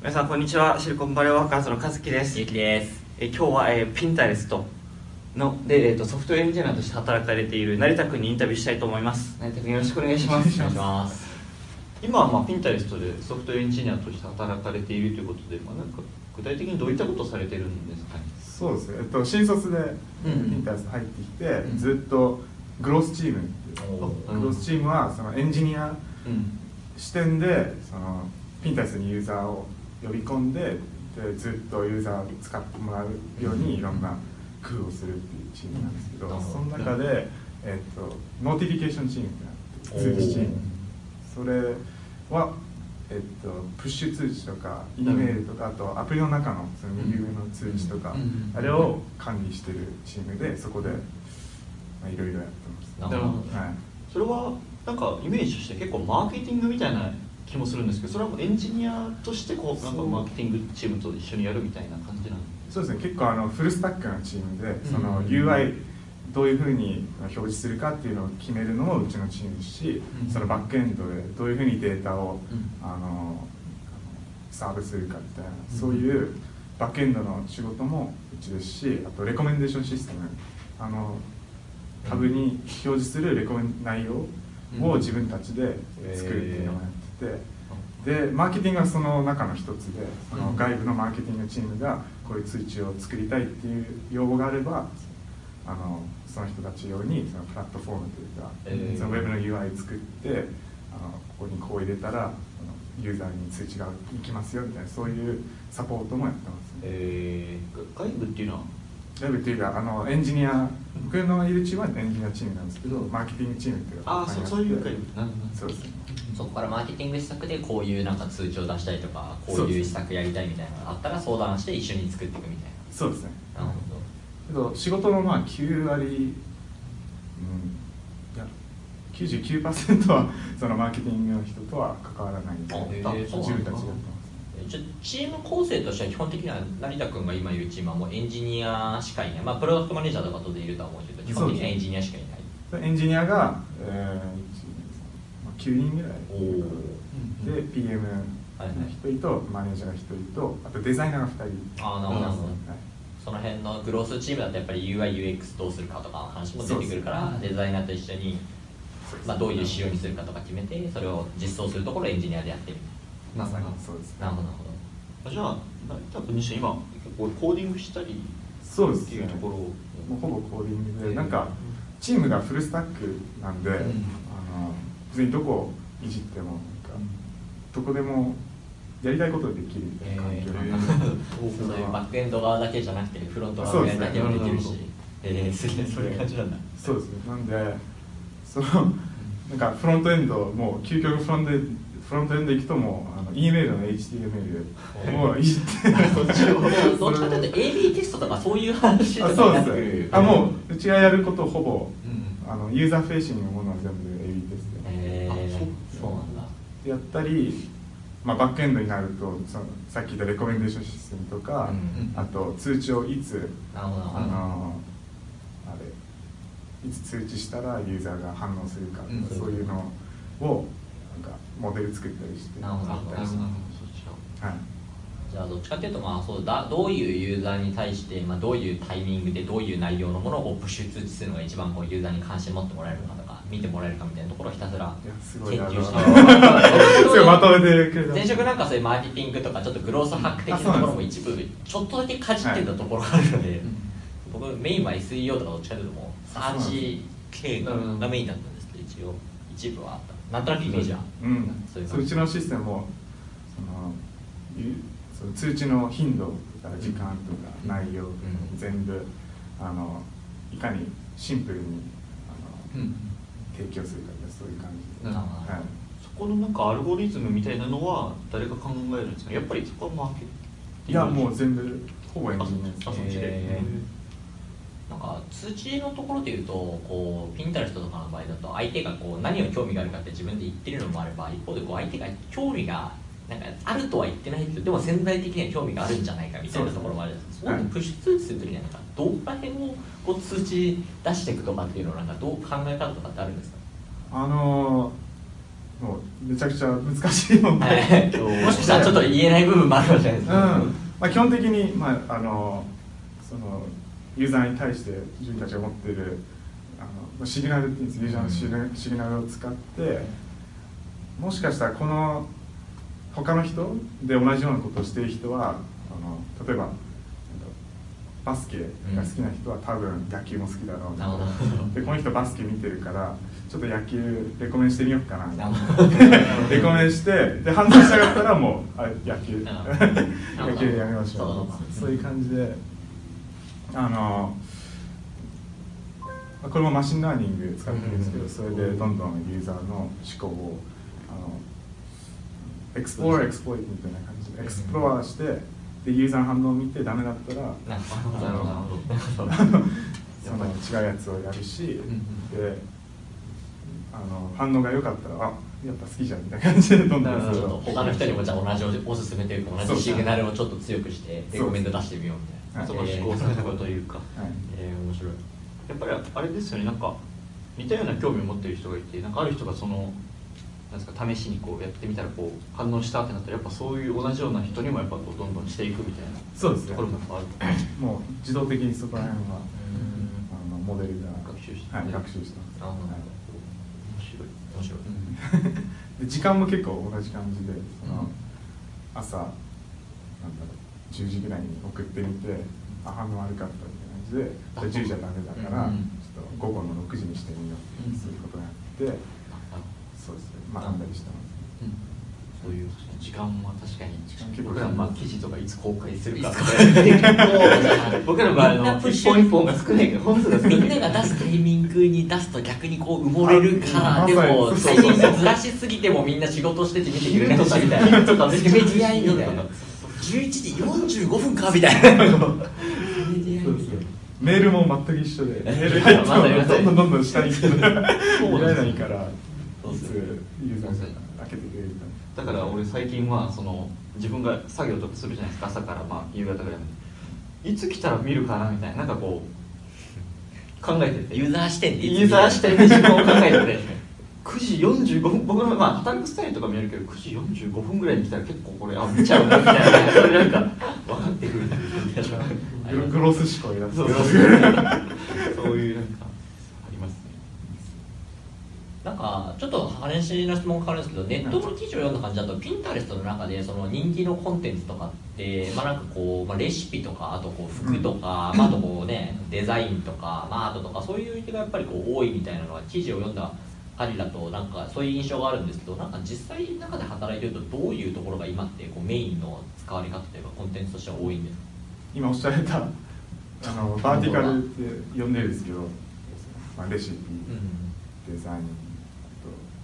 皆さんこんにちはシリコンバレーワーカーズの和樹ですゆうきですえ今日は、えピンタレストので、えー、とソフトウェアエンジニアとして働かれている成田君にインタビューしたいと思います成田君よろしくお願いしますお願いします今は、まあ、ピンタレストでソフトウェアエンジニアとして働かれているということで、まあ、なんか具体的にどういったことをされてるんですかねそうですね、えっと、新卒でイうんンタース入ってきて、うんずっとグロスチームっていうおーグロスチームはそのエンジニアうん視点でそのピンタレスにユーザーを呼び込んででずっとユーザーを使ってもらうようにいろんな工夫をするっていうチームなんですけど、うんその中で、えっと、ノーティフィケーションチームってなって通知チームそれは、えっと、プッシュ通知とか E メールとかあとアプリの中のその右上の通知とか、うんあれを管理してるチームでそこで、まあ、いろいろやってまなす、るほどはい、それはなんかイメージとして結構マーケティングみたいな気もするんですけどそれはもうエンジニアとしてこうなんかマーケティングチームと一緒にやるみたいな感じなんですそうですね結構あのフルスタックのチームでそうんの UI どういうふうに表示するかっていうのを決めるのもうちのチームですし、うんそのバックエンドでどういうふうにデータを、うんあのあのサーブするかみたいな、うんそういうバックエンドの仕事もうちですしあとレコメンデーションシステムあのタブに表示するレコメン内容を自分たちで作るっていうのもやってて。でマーケティングはその中の一つでその外部のマーケティングチームがこういう通知を作りたいっていう要望があればあのその人たち用にそのプラットフォームというか、えーそのウェブの UI 作ってあのここにこう入れたらあのユーザーに通知が行きますよみたいなそういうサポートもやってます、ねえー外部っていうのは外部というかあのエンジニア僕のいるチームはエンジニアチームなんですけどマーケティングチームっていうのがああそそういう外部なるそうですねそこからマーケティング施策でこういうなんか通知を出したりとかこういう施策やりたいみたいなのがあったら相談して一緒に作っていくみたいそうですねななるけど仕事のまあ9割、うん、いや99%は そのマーケティングの人とは関わらないのでえあーそう自なん分だたちがやってほどじゃあチーム構成としては基本的には成田君が今いるチームはもうエンジニアしかいないまあプロダクトマネージャーとかとでいるとは思うけど基本的にはエンジニアしかいないますエンジニアが、えーまあ、9人ぐらいうんで PM はいはい1人とマネージャー1人とあとデザイナーが2人ああなるほどなるほどはいその辺のグロースチームだとやっぱり UIUX どうするかとかの話も出てくるからデザイナーと一緒に、まあ、どういう仕様にするかとか決めてそれを実装するところをエンジニアでやってるみまさにそうですたいななるほどなるほあじゃあ成田君自身今結構コーディングしたりそうですっていうところをもうほぼコーディングで、えーなんかチームがフルスタックなんで、うんあの別にどこをいじってもなんか、どこでもやりたいことできるみたいな環境なんで、そういうバックエンド側だけじゃなくてフロントそ側うですねだけもできるしなるほどえーすげえそういう感じなんだ そうですねなんでそのなんかフロントエンドもう究極フロントエンドフロントエンド行くともうあの E メールの HTML もういじって どっちかというと AB テストとかそういう話とあかそうになでっすてくねるあもううちがやることほぼうんあのユーザーフェイシングのものは全部 AB ですねえーあそうそうなんだやったり、まあ、バックエンドになるとそのさっき言ったレコメンデーションシステムとか、うんあと通知をいつ、なるほどなるあほどのあれいつ通知したらユーザーが反応するかとか、うんそういうのをなんかモデル作ったりしてなるほどやったりしなるまほすどそっちかはいじゃあどっちかっていうとまあそうだどういうユーザーに対して、まあ、どういうタイミングでどういう内容のものをこうプッシュ通知するのが一番こうユーザーに関心持ってもらえるかとか見てもらえるかみたいなところをひたすらいやすごい研な究してすごいまとめてくれた前職なんかそういうマーケティングとかちょっとグロースハック的なところも一部ちょっとだけかじってたところがあるので、僕メインは SEO とかどっちかというともうサーチ系がメインだったんですけど一応一部はあったなんとなくイメージはうん、そういうそうう感じちのシステムもそのゆその通知の頻度とか時間とか内容とかうん全部あのいかにシンプルにあの、提供するかみたいなそういう感じなで、るほどはい、そこのなんかアルゴリズムみたいなのは誰が考えるんですかやっぱりそこはマーケいやもう全部ほぼエンジニアであそすっちでえなんか通知のところでいうとこうピンタレストとかの場合だと相手がこう何を興味があるかって自分で言ってるのもあれば一方でこう相手が興味がなんかあるとは言ってないけどでも潜在的には興味があるんじゃないかみたいなところもあるそそううですいねうプッシュ通知するときにはなんかどこら辺をこう通知出していくとかっていうのはなんかどう考え方とかってあるんですかあのもうめちゃくちゃ難しい問は題、い もしかしたらちょっと言えない部分もあるかもしれないでうんすまあ、基本的に、まあ、あのそのユーザーに対して自分たちが持っているあのまあシグナルっていうんですユーザーのシグナルシグナルを使ってもしかしたらこの他の人で同じようなことをしている人はあの例えばなんだろうバスケが好きな人は多分野球も好きだろうなるほなどでこの人バスケ見てるからちょっと野球レコメンしてみようかなみたいななるほど レコメンしてで反応したかったらもうあ野球なるほど 野球でやめましょうそそうういう感じであのまあこれもマシンラーニング使ってるんですけうどんそれでどんどんユーザーの思考をあのエクスプローラーエクスプロイトみたいな感じでエクスプローラーしてでユーザーの反応を見てダメだったらなるほどなるほどなるほ どあのその違うやつをやるし、んであの反応が良かったらあやっぱ好きじゃんみたいな感じでどんどんなるほそちれょっとを他の人にもじゃあ同じおすすめというか同じシグナルをちょっと強くしてレコメンド出してみようみたいなそそうこえ試ー行錯誤というか、はいえー面白いやっぱりあれですよねなんか似たような興味を持ってる人がいてなんかある人がそのなんですか試しにこうやってみたらこう反応したってなったらやっぱそういう同じような人にもやっぱこうどんどんしていくみたいなそうですとねころもやっぱあるもう自動的にそこら辺はあのモデルが学習してはい、学習してあまなるす、はほ面い白い、ど面白いで時間も結構同じ感じでその、うん朝なんだろう10時ぐらいに送ってみてあ反応悪かったみたいな感じでじゃあ10時はダメだから、うんちょっと午後の6時にしてみようってそういうことになって、あそうですね学んだりしてます、そういう時間は確かに時間結構僕らまあ記事とかいつ公開するかいつと公か開するか 僕らはあみんなのプッ一シュ本一本が少ないから本数が少なみいんなが出すタイミングに出すと逆にこう埋もれるからあでもそタうイそうミそうングずらしすぎてもみんな仕事してて見てくれないとしかみたいなとかメディアみたいな11時45分かみたいなメディアそうですねメールも全く一緒でメール入ってもまだ言わないどんどんどんどん下に来て見られないそうですねからそういですつねユーザーが開けてくれるだかから俺最近はその自分が作業とかするじゃないですか朝からまあ夕方ぐらいまでいつ来たら見るかなみたいななんかこう 考えててユーザー視点でユーザー視点で自分を考えてて9時45分僕のまあ働くスタイルとかもやるけど9時45分ぐらいに来たら結構これあ見ちゃうなみたい なそれなんか分かってくるっていうからグログロス思考になってそうるそうそういうなんかありますねなんかちょっと話の質問変わるんですけどネットの記事を読んだ感じだとピンタレストの中でその人気のコンテンツとかって、まあ、なんかこう、まあ、レシピとかあとこう服とか、まあ、あとこうねデザインとか、まあ、アートとかそういうがやっぱりこう多いみたいなのは記事を読んだ限りだとなんかそういう印象があるんですけどなんか実際の中で働いてるとどういうところが今ってこうメインの使われ方というかコンテンツとしては多いんですか今おっしゃられたあのバーティカルって呼んでるんですけど、まあ、レシピ、デザインあと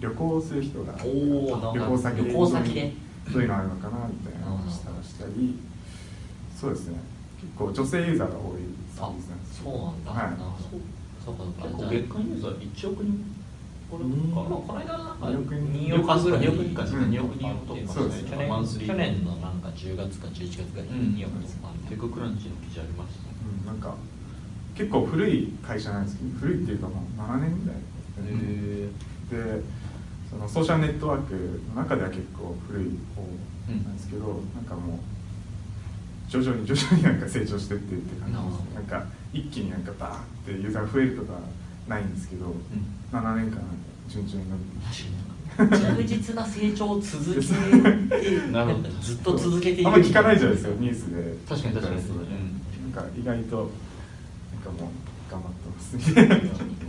旅行する人がおー旅行先で旅行先でどういうのあるのかなみたいな話したらしたりそうですね結構女性ユーザーが多いサあービスなんですそうなんだ、はいなるほどそうかそうか結じゃ構あ月間ユーザー1億人これなんまあ、かこの間なんか2億人2億ぐらい2億人かうん2億人とかそうですね去年マンスリー去年のなんか10月か11月ぐらいうんに2億とかテククランチの記事ありましたねうん、なんか結構古い会社なんですけど古いっていうかもう7年ぐらいでそのソーシャルネットワークの中では結構古い方なんですけど、なんかもう徐々に徐々になんか成長してってって感じなるほですどなんか一気になんかバーってユーザー増えるとかないんですけど、7年間順調に伸びてきて充実な成長を続けてなるほどずっと続けているあんま聞かないじゃないですかニュースで確かに確かにそうだねうんなんか意外となんかもう頑張ってますみたいな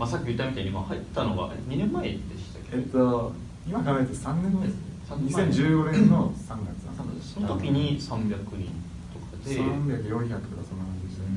まあさっき言ったみたいに今入ったのがえ2年前でしたっけえっと今考えて3年前ですね3年前2015年の3月なんですその時に300人とかで300400とかそんな感じでしたね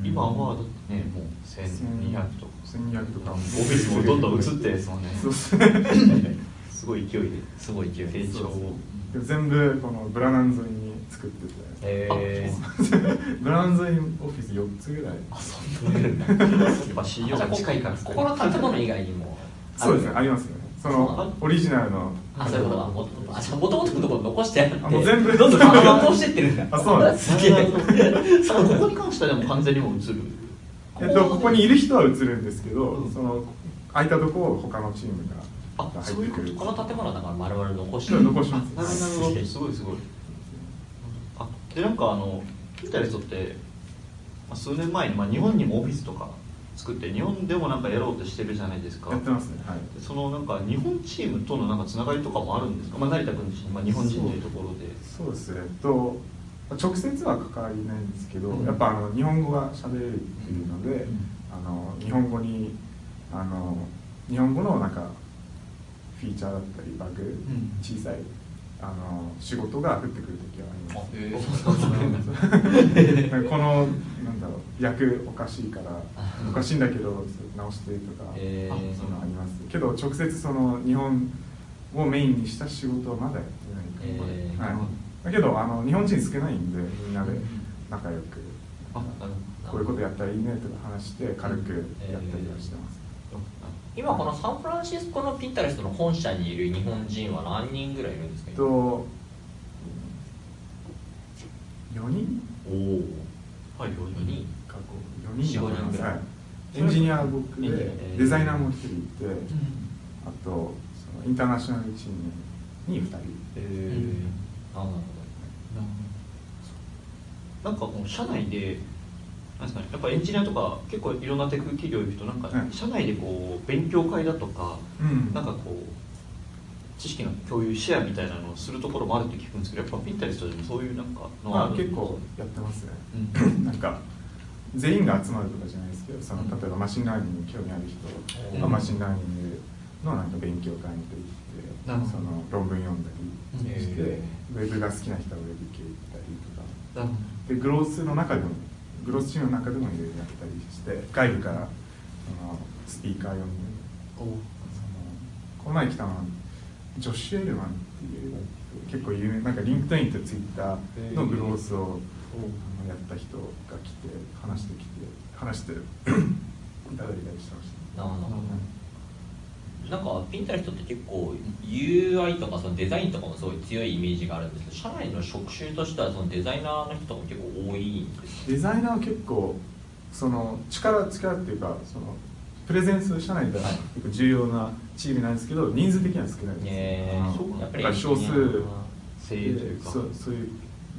今はだってねもう1200とか 1200とかオもフィスもどんどん移ってですもんねそうですねすごい勢いですごい勢い成長をで全部このブラナン沿いに作ってて、えー、ブラナン沿いにオフィス4つぐらいあそんなにあるんだやっぱ CEO が近いからここの建物以外にもそうですねあるりますよねそそうなののオリジナルのあそういうことだもともとあじゃあもともとのところ残してあってあもう全部どんどん拡張してってるんだあそうなんですすげえそうここに関してはでも完全に もう移るえっと、ここにいる人は映るんですけど、うんその空いたとこを他のチームがあがそ入ういっうてくることこの建物はだから丸々残してうん残しあますなるほどなるほど すごいすごいあでなんかあのピンタレストって、まあ、数年前に、まあ、日本にもオフィスとか作って日本でもなんかやろうとしてるじゃないですかやってますねはいそのなんか日本チームとのなんかつながりとかもあるんですか、まあ、成田君自身、まあ、日本人というところでそうですねえっと直接は関わりないんですけど、うんやっぱあの日本語が喋れるっていうので、うんあの日本語にあの日本語のなんかフィーチャーだったりバグ、ん小さいあの仕事が降ってくる時はありますあえーそうそうなん かこのなんだろう訳おかしいからおかしいんだけど直してとか、えーそういうのありますけど直接その日本をメインにした仕事はまだやってないかも、えーはないるほど、だけどあの日本人少ないんでみんなでうん仲良く、あなるこういうことやったらいいねとか話して軽くやったりはしてます、ほど今このサンフランシスコのピンタレストの本社にいる日本人は何人ぐらいいるんですかえっと4人おおあはい4人にか5 4人だと思います4人ぐらいはいエンジニア僕エンジでニアデザイナーも1人いて、あとそのインターナショナルチームに2人ええーあなるほなんかこの社内でなんですか、ね、やっぱエンジニアとか結構いろんなテク企業いるとなんかはい社内でこう勉強会だとか、うんなんかこう知識の共有シェアみたいなのをするところもあるって聞くんですけどやっぱピンタリストでもそういうなんかのはまあるんです結か構やってますねうん なんか全員が集まるとかじゃないですけどそのうん例えばマシンラーニングに興味ある人うはんマシンラーニングのなんか勉強会に行なっるてほどその論文読んだうんりして、へウェブが好きな人はウェブ系行ったりとなかるほでグロースの中でもグロースチームの中でもいろいろやったりして外部からそのスピーカー呼んでどおそのこの前来たのはジョッシュ・エルマンっていう結構有名なんかリンクトインとツイッターのグロースをあのやった人が来て話してきて話して いただいたりしてましどなるほなるほどどなんかピンタレストって結構 UI とかそのデザインとかもすごい強いイメージがあるんですけど社内の職種としてはそのデザイナーの人も結構多いんですたデザイナーは結構その力力っていうかそのプレゼンス社内では結構重要なチームなんですけど人数的には少ないです、ねあのそうやっぱりだから少数精鋭というかそうそういう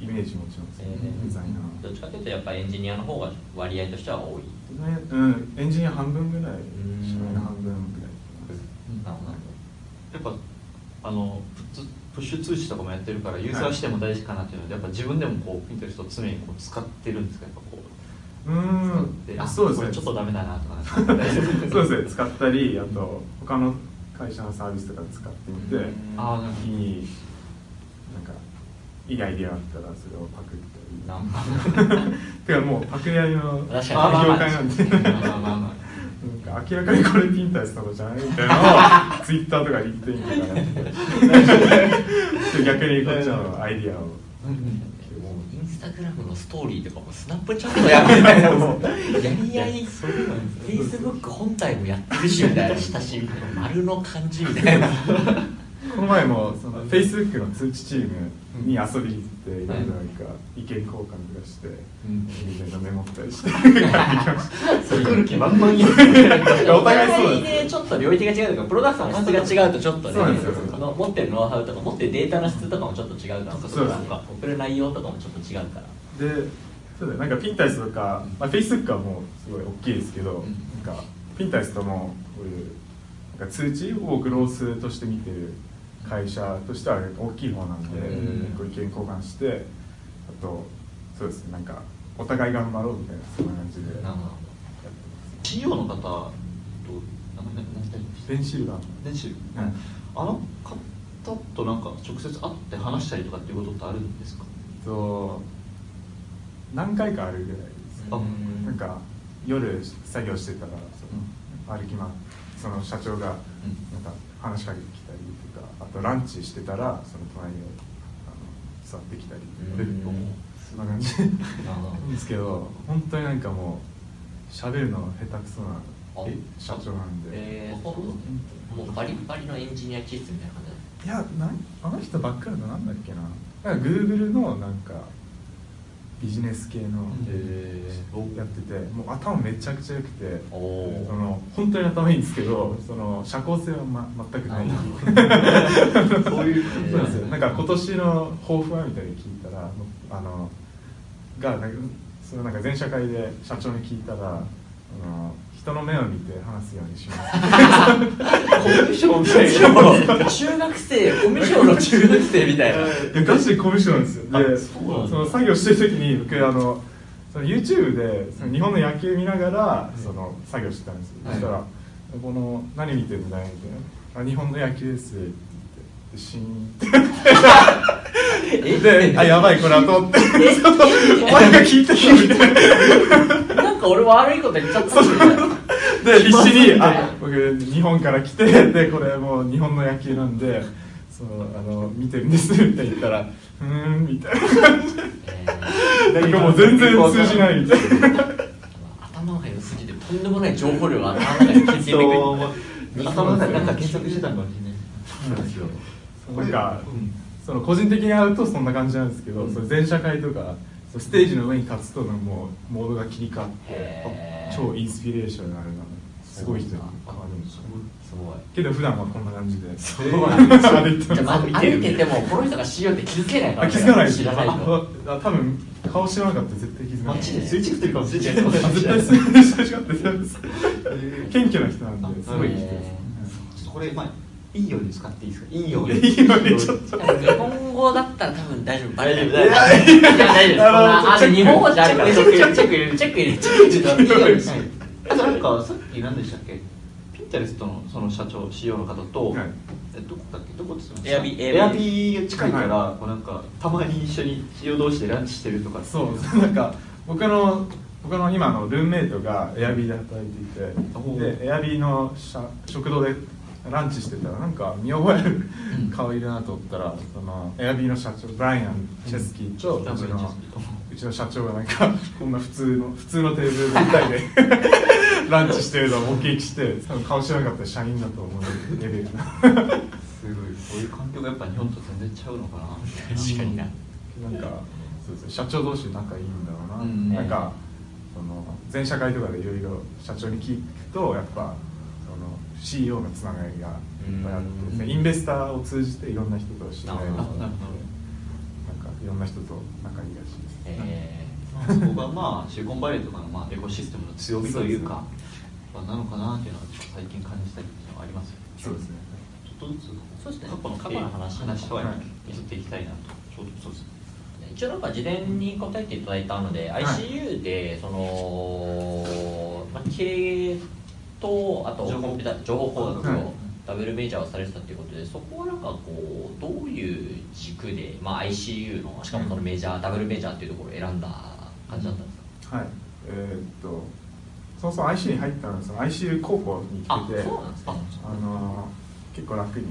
イメージもちろんですえね、ーデザイナーどっちかというとやっぱりエンジニアの方が割合としては多いデザイナーうんエンジニア半分ぐらいん社内の半分ぐらいなるほどやっぱあのプッツプッシュ通知とかもやってるからユーザー視点も大事かなっていうので、やっぱ自分でもこうピンタリストを常にこう使ってるんですかやっぱこううー使っんてあそうですこねれちょっとダメだなとかなんか大丈夫そうですね使ったりあと他の会社のサービスとか使ってみてうんあーなるほ次ど になんかいいアイディアあったらそれをパクったなりんかてかもうパクリ合いの業確界かになんでまあなまあまあまんか明らかにこれピンタレストのじゃないみたいなのをツイッターとかリンクトインとかやってて逆にこっちのアイディアをもうインスタグラムのストーリーとかもスナップチャットやめたいもうやり合いフェイスブック本体もやってるしみたいな親しみの丸の感じみたいなこの前もその Facebook の通知チームに遊びに行っていろいろなんか意見交換とかしてみんなメモったりして作る気満々 にお互いそうなんですねちょっと領域が違うというかプロダクトの質が違うとちょっとねそうなんですよその持ってるノウハウとか持ってるデータの質とかもちょっと違うからそうですとか送る内容とかもちょっと違うからでそうだよなんかピンタレスとか、まあ、Facebook はもうすごい大きいですけど、んなんかピンタレスともこういうなんか通知をグロースとして見てる会社としては大きい方なので、うんこう意見交換してあとそうですねなんかお互い頑張ろうみたいなそんな感じでやってなまるほど CEO の方と名前何て言いましすたペンシルバー練習の、うんあの方となんか直接会って話したりとかっていうことってあるんですかと何回かあるぐらいですあうんなんか夜作業してたらその歩きまその社長がなんか話しかけてきたりとかあとランチしてたらその隣にあの座ってきたりうでんもうそんな感じなるほどなんですけど本当になんかもう喋るの下手くそなあえ社長なんで、えー、もうバリバリのエンジニア気質みたいな感じいやなんあの人バックグラウンドなんだっけななんか Google のなんかビジネス系のんえやっててもう頭めちゃくちゃ良くてー、おそーの本当に頭いいんですけどその社交性は、ま、全くないあそういうそうなんですよなんか今年の抱負はみたいに聞いたらあのがなんかそれなんか全社会で社長に聞いたらあの人の目を見て話すようにしますコミュ障みたいな 中学生コミュ障の中学生みたいないやガチでコミュ障なんですあよでそうなんだの作業してる時に僕あのその YouTube でその日本の野球見ながらその作業してたんですよ、はいそしたら「この何見てるんだい?」みたいな「あ日本の野球です」って言ってでシーンってえ であやばいこれはとって そうお前が聞いてるみたいななんか俺悪いこと言っちゃったみたいなで 必死気にまずいねあ僕日本から来てでこれもう日本の野球なんでそうあの見てるんですみたいな言ったら「うーん」みたいえななんかもう全然通じないみたいなー頭が良すぎてとんでもない情報量が頭の中に消えていくそう頭の中でなんか検索してたんかもしれないそうなんですよなんかうんその個人的に会うとそんな感じなんですけど、その全社会とかそのステージの上に立つとのもうモードが切り替わってへーあ超インスピレーションになるなすごい人に変わるんですよすごいけど普段はこんな感じでそ そううなんですよ歩いてじゃまあす歩いててもこの人が資料って気づけないからあ気づかないです知らないとああ多分顔知らなかったら絶対気づかマないジですれ違ってるかもしれないあ絶対すれ違ってたんです謙虚な人なんですあすごいいい人へこれまあいいように使っていいですかいいようでにすいいよねちょっと多分日本語だったら多分大丈夫大丈夫大丈夫大丈夫そんなあでも日本語じゃあるからチェック入れるチェック入れるチェック入れるチェック入れるいいようにはいあと なんかさっき何でしたっけピンタレストのその社長 CEO の方と、はいえどこだっけどこって言ってましたエアビーエアビーが近いから、こうなんかたまに一緒に CEO 同士でランチしてるとかそう なんか僕の僕の今のルームメイトがエアビーで働いおていーてでエアビーの社食堂でランチしてたらなんか見覚えるうん顔いるなと思ったらそのエアビーの社長ブライアン・チェスキーとうんうちブライアンチェのスキーとうちの社長がなんか こんな普通の普通のテーブルで2人で ランチしてるのを目撃して多分顔知らなかったら社員だと思うレベルのすごいそういう環境がやっぱ日本と全然ちゃうのかな確かにななんかそうですね社長同士仲いいんだろうな、うんなんかその全社会とかでいろいろ社長に聞くとやっぱその CEO のつながりがいっぱいあって、うんそのインベスターを通じていろんな人と知り合いをなるほあ持っどてななんるかいろんな人と仲いいらしいです、えほどそこがまあシリコンバレーとかのまあエコシステムの強みというかまあなのかなっていうのはちょっと最近感じたりっていうのはありますよねそうですねちょっとずつそうですね過去の過去の話話とかにはい移っていきたいなとちょうどそうですねー一応なんか事前に答えていただいたのではい ICU でその、まあ、経営とあと情報コンピュータ情報工学はいをダブルメジャーをされてたっていうことでそこはなんかこうどういう軸で、まあ、ICU のしかもそのメジャーダブルメジャーっていうところを選んだ感じだったんですかはいえーっとそもそも IC に入ったのはその ICU 高校に行あっててそうなんですかあのー結構楽に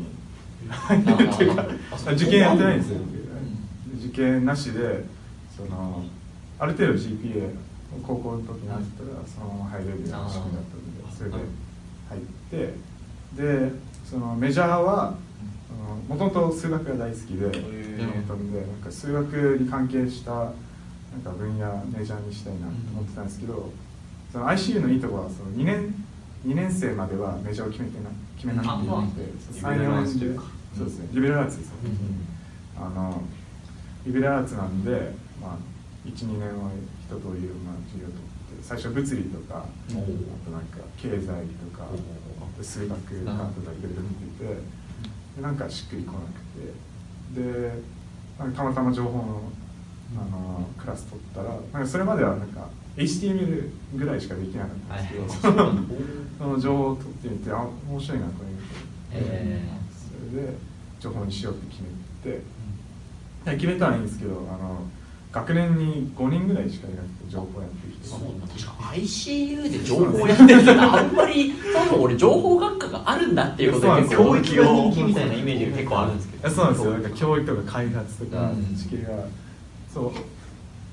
入れるっていうかあそう 受験やってないんですよ、う受験なしでそのある程度 GPA 高校の時になったらそのまま入れるような仕組みだったのでそれで入ってでそのメジャーはもともと数学が大好きでーたんでなんか数学に関係したなんか分野メジャーにしたいなと思ってたんですけど、その ICU のいいところはその2年2年生まではメジャーを決めてな決めなくていいあのでそうリ3、4年ベラルアーツといでうかそうですねリベラルアーツですね、あのリベラルアーツなんで、まあ、12年は一通りいろんな授業とって最初物理とか、おうあとなんか経済とか、おう数学とかいろいろ見ててでなんかしっくりこなくてでなんかたまたま情報のあのクラス取ったらなんかそれまではなんか HTML ぐらいしかできなかったんですけど、はいその情報を取ってみてあ面白いなこれみたいなえそれで情報にしようって決めて。いや決めたらいいんですけどあの学年に5人ぐらいしかいなくて情報やってきてそうなんだ確か ICU で情報やってる人ってあんまりそもそも俺情報学科があるんだっていうことで結そう構な教んです育よが人気みたいなイメージが結構あるんですけいやどそうなんですよなんか教育とか開発とかうん知識が、そう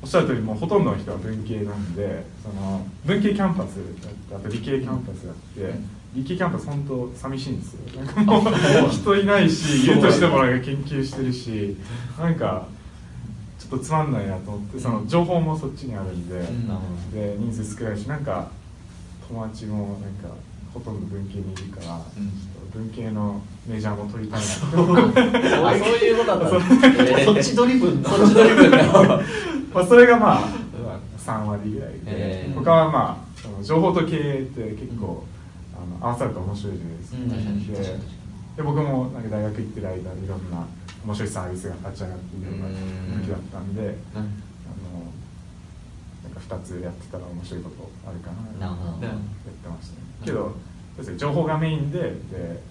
おっしゃる通りもうほとんどの人は文系なんでその文系キャンパスだってあと理系キャンパスだって、うん理系キャンパス本当寂しいんです よなんかもう人いないしいるとしてもなんか研究してるしなんかちちょっとつまんないなと思ってその情報もそっちにあるんで、うんで人数少ないしなんか友達もなんかほとんど文系にいるんから、ちょっと文系のメジャーも取りたいな とあそういうことだったんですねそっちドリブンのそっちドリブンのまあそれがまあ3割ぐらいで、えー他はまあその情報と経営って結構、あの合わさると面白いじゃないですか、うん確かにで確かに確かで僕もなんか大学行ってる間いろんな面白いサービスが立ち上がっているようなうん時だったんで、なあのなんか2つやってたら面白いことあるかななるほどやってましたねけどそうですね情報がメインでで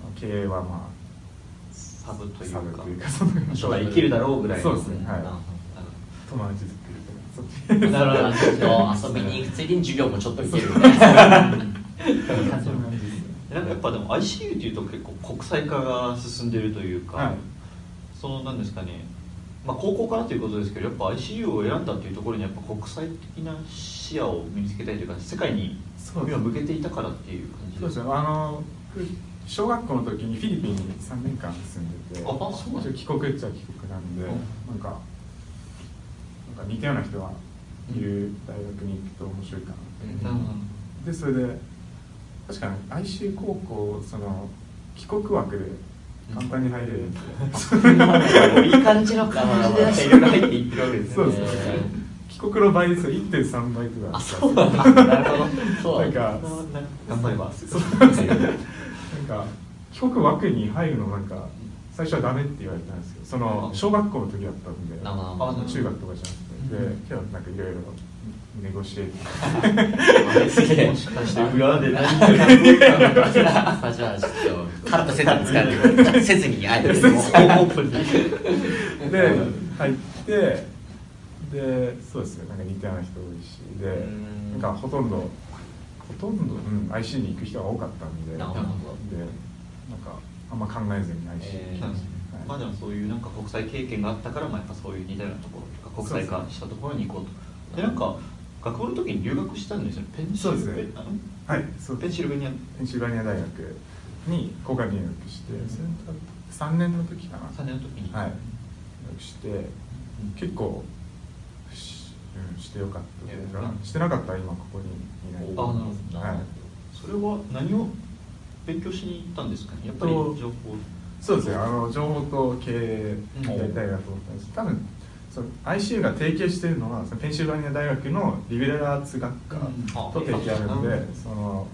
あの経営はまサブあというサブかというかその将来生きるだろうぐらいのそうですねはいなる友達作りとかそっちほどなるほどちょっと遊びに行くついでに授業もちょっと行けるみたいなそんな感じですねなんかやっぱでも ICU っていうと結構国際化が進んでるというか、はいそのなんですかね、まあ、高校からということですけどやっぱ ICU を選んだというところにやっぱ国際的な視野を身につけたいというか世界にそう目でをす向けていたからっていう感じそうですねあの僕小学校の時にフィリピンに3年間住んでてあそうなんだ帰国っちゃ帰国なんで、うんなんかなんか似たような人がいる大学に行くと面白いかなって、うんなるほどでそれで確かに IC 高校その帰国枠で簡単に入れるんで、いい感じの感じでいろいろ入っていってるわけですねそうですね帰国の倍ですよ1.3倍とかあそうなんだなるほどそうなんか頑張ればそうなんですよなんか帰国枠に入るのなんか最初はダメって言われたんですけどそのあ小学校の時だったんでなるほどあの中学とかじゃなくてうでん今日はなんかいろいろネゴシエートすげえもしかして裏で何かがじゃあちょっとカットせずに使ってせずにあえてもオープンにで入ってでそうですねなんか似たような人多いしでうんなんかほとんどほとんど、うん、IC に行く人が多かったんでなるほどでなんかあんま考えずに IC えーはい まあでもそういうなんか国際経験があったからまあやっぱそういう似たようなところとか国際化したところに行こうとでなんか学校の時に留学したんですよねペンシそうルですねベあのはいそうペンシルベニアペンシルバニア大学に交換留学して、それ3年の時かな3年の時に、はい留学して結構し,、うん、してよかったというかうんしてなかったら今ここにいないあなるほどはい、それは何を勉強しに行ったんですかねやっぱりえっと情報そうですねあの情報と経営やりたいなと思ったんです多分その ICU が提携してるのはそのペンシルバニア大学のリベラルアーツ学科うんと提携あるので、あうんその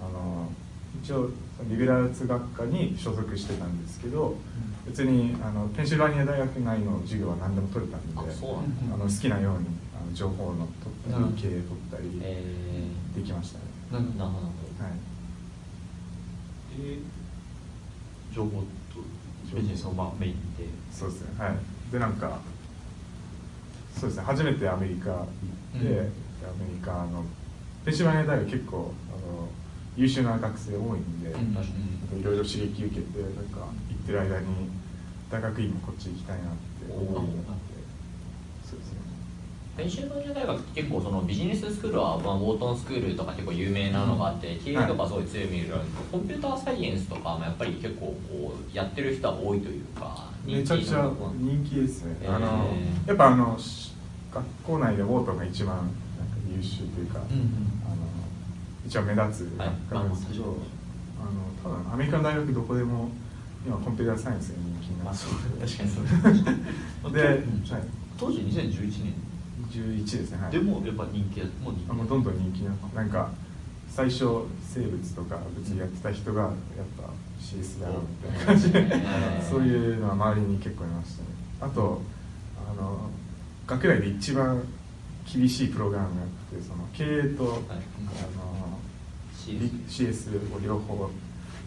あの一応そのリベラルアーツ学科に所属してたんですけど別にあのペンシルバニア大学内の授業は何でも取れたんであそうなんだあの好きなようにあの情報の取ったうんり経営取ったりえできましたね、ー、なるほどなるほどはいで情報とビジネスをまあメインでそうですねはいでなんかそうですね初めてアメリカ行って、うんでアメリカのペンシルバニア大学結構あの優秀な学生多いんで、うんなんかいろいろ刺激受けてなんか行ってる間に大学院もこっち行きたいなって思うようになってそうですねペンシルバニア大学って結構そのビジネススクールは、まあ、ウォートンスクールとか結構有名なのがあって経営とかすごい強いイメージがあるんですけど、コンピューターサイエンスとかもやっぱり結構こうやってる人は多いというかめ ちゃくちゃ人気ですね、えーあのやっぱあのし学校内でウォートンが一番なんか優秀というか、うんうんあの一番目立つ学科なんですけど、はいあの多分アメリカの大学どこでも今コンピューターサイエンスが人気になって確かにそうで、で、はい、当時2011年11ですね、はい、でもやっぱ人気やもう人気あもうどんどん人気になってなんか最初生物とか物理やってた人がやっぱ CS だろうみたいな感じで、えーそういうのは周りに結構いましたねあとあの学内で一番厳しいプログラムがあってその経営と、あの CS CS を両方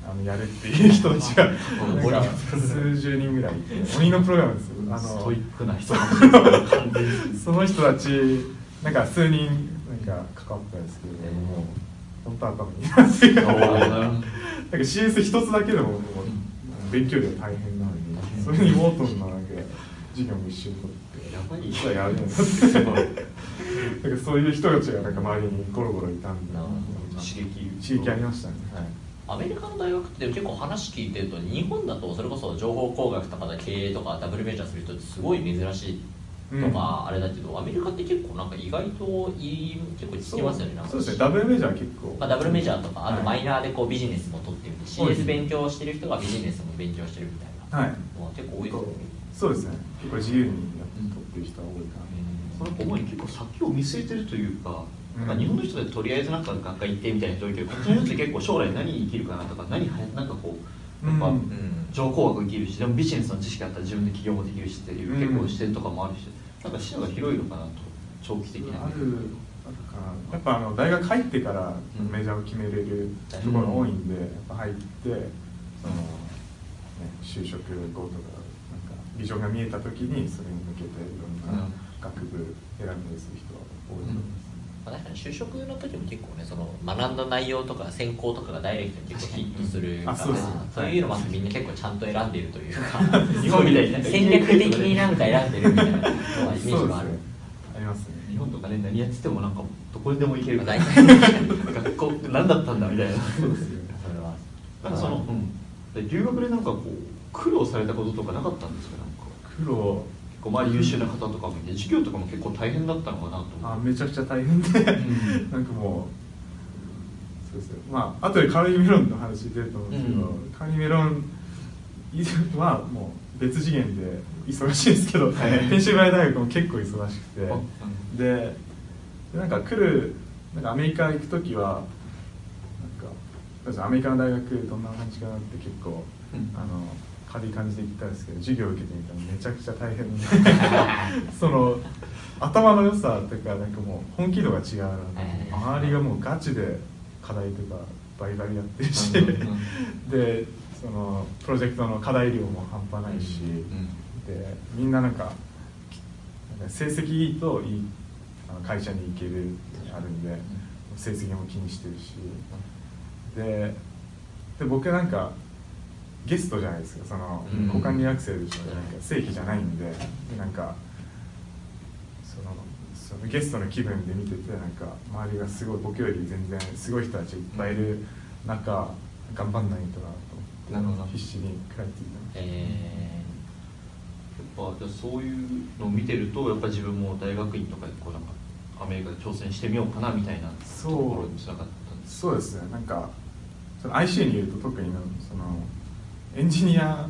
あのやるっていう人たちが鬼なんか数十人ぐらいいて鬼のプログラムですよあスのトイックな人なんですよ完全にその人たちなんか数人なんか関わったんですけど、もう本当は頭にいいなっていうか なんか CS 一つだけでももう勉強量大変なのにそれにウォートンのなんか授業も一緒に取ってやばい人はやるんだすごいってなんかそういう人たちがなんか周りにゴロゴロいたんでなるほど刺激刺激ありましたねはいアメリカの大学って結構話聞いてると日本だとそれこそ情報工学とかで経営とかダブルベンチャーする人ってすごい珍しいとかあれだけど、アメリカって結構なんか意外といい結構聞きますよねなんかそうですねダブルメジャー結構、まあ、ダブルメジャーとかあはといマイナーでこうビジネスも取ってみてはい CS 勉強してる人がビジネスも勉強してるみたいなはいのは結構多いですよねそうですね結構自由にやっとってる人は多いかな、その思い結構先を見据えてるというかうんなんか日本の人でとりあえずなんか学科行ってみたいな人多いけどこっちの人って結構将来何に生きるかなとか何はやなんかこうやっぱ、うんうん情報学生きるしでもビジネスの知識あったら自分で起業もできるしっていううん結構視点とかもあるし、なんか視野が広いのかなと長期的にはあるあるかなやっぱあの大学入ってからうんメジャーを決めれるところが多いんで、やっぱ入ってその、ね、就職後とかなんかビジョンが見えた時にそれに向けていろんうなん学部選んだりする人は多いと思います、まあ、確かに就職の時も結構ねその学んだ内容とか専攻とかがダイレクトに結構ヒットするからあそうですねそういうのもみんな結構ちゃんと選んでいるというか日本みたいになんか戦略的になんか選んでるみたいなのはイメーそうジでもすあるねありますね日本とかね何やっててもなんかどこにでも行けるまあから大体ね 学校何だったんだみたいなそうですよねそれはなんかその、うん、で留学でなんかこう苦労されたこととかなかったんですかなんか苦労結構周り優秀な方とかもいて授業とかも結構大変だったのかなと思あうめちゃくちゃ大変で、んなんかもうそうですねまあ後でカーリーメロンの話出ると思うんですけど、うんカーリーメロンはもう別次元で忙しいんですけはど、いペンシルバニア大学も結構忙しくてあででなんか来るなんかアメリカ行く時はなんか私アメリカの大学どんな感じかなって結構、うんあの軽い感じで行ったんですけど授業受けてみたらめちゃくちゃ大変でその頭の良さというかなんかもう本気度が違うなとはい周りがもうガチで課題とかバリバリやってるしうんうんでそのプロジェクトの課題量も半端ないし、でみんななんかなんか成績いいといいあの会社に行けるってあるんで成績も気にしてるしでで僕なんかゲストじゃないですかそのうん交換留学生でしょなんか正規じゃないんででなんかそのそのゲストの気分で見ててなんか周りがすごい僕より全然すごい人たちいっぱいいる中頑張んないとななるほどと思って必死に食らいついてました。えやっぱじゃあそういうのを見てるとやっぱ自分も大学院とかでこうなんかアメリカで挑戦してみようかなみたいなとそうころにつながったんですそうですねなんかその IC に言うと特になんかそのエンジニア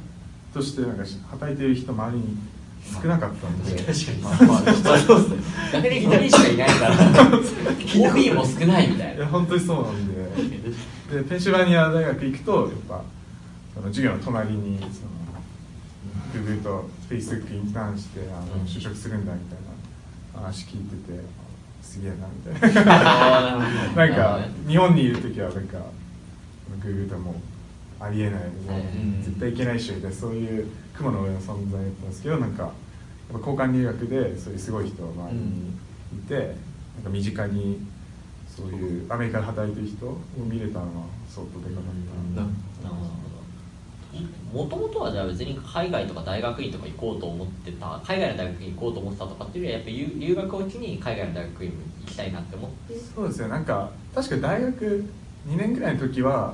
としてなんかし働いてる人周りに少なかったんで確かにまあまあまあそうですねー、学歴5人しかいないから OB も少ないみたいいなや本当にそうなんででペンシルバニア大学行くとやっぱその授業の隣にその Google と Facebook インターンしてあのうん就職するんだみたいな話聞いててすげえなみたいななあーんなるほかどね日本にいる時はなんかグーグルともありえないもうんう絶対いけないっしょみたいなそういう雲の上の存在だったんですけどなんかやっぱ交換留学でそういうすごい人が周りにいて、なんか身近にそういうアメリカで働いてる人を見れたのは相当でかかったなななるほどもともとはじゃあ別に海外とか大学院とか行こうと思ってた海外の大学院行こうと思ってたとかっていうよりはやっぱ留留学を機に海外の大学院も行きたいなって思ってそうですねなんか確か大学2年ぐらいの時は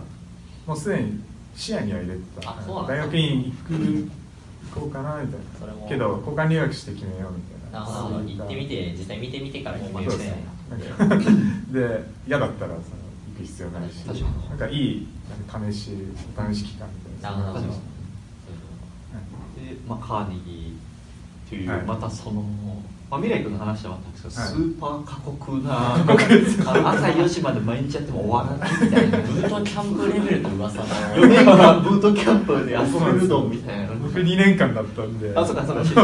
もうすでに視野には入れてたあそうなんだ大学院行く行こうかなみたいそれなもけど交換留学して決めようみたいななるほどそうい行ってみて実際見てみてから決めるそうみたでいすなねなんか で嫌だったらその行く必要ないし確かになんかいいなんか試し試し期間みたいななるほど確かにそういうこで、まあ、カーネギーという、はいまたその、まあ、未来君の話でもあったんですけど、はいスーパー過酷な朝4時まで毎日やっても終わらないみたいなとブートキャンプレベルの噂の4年間ブートキャンプで遊べるのみたいな僕2年間だったんであそうかそうかそ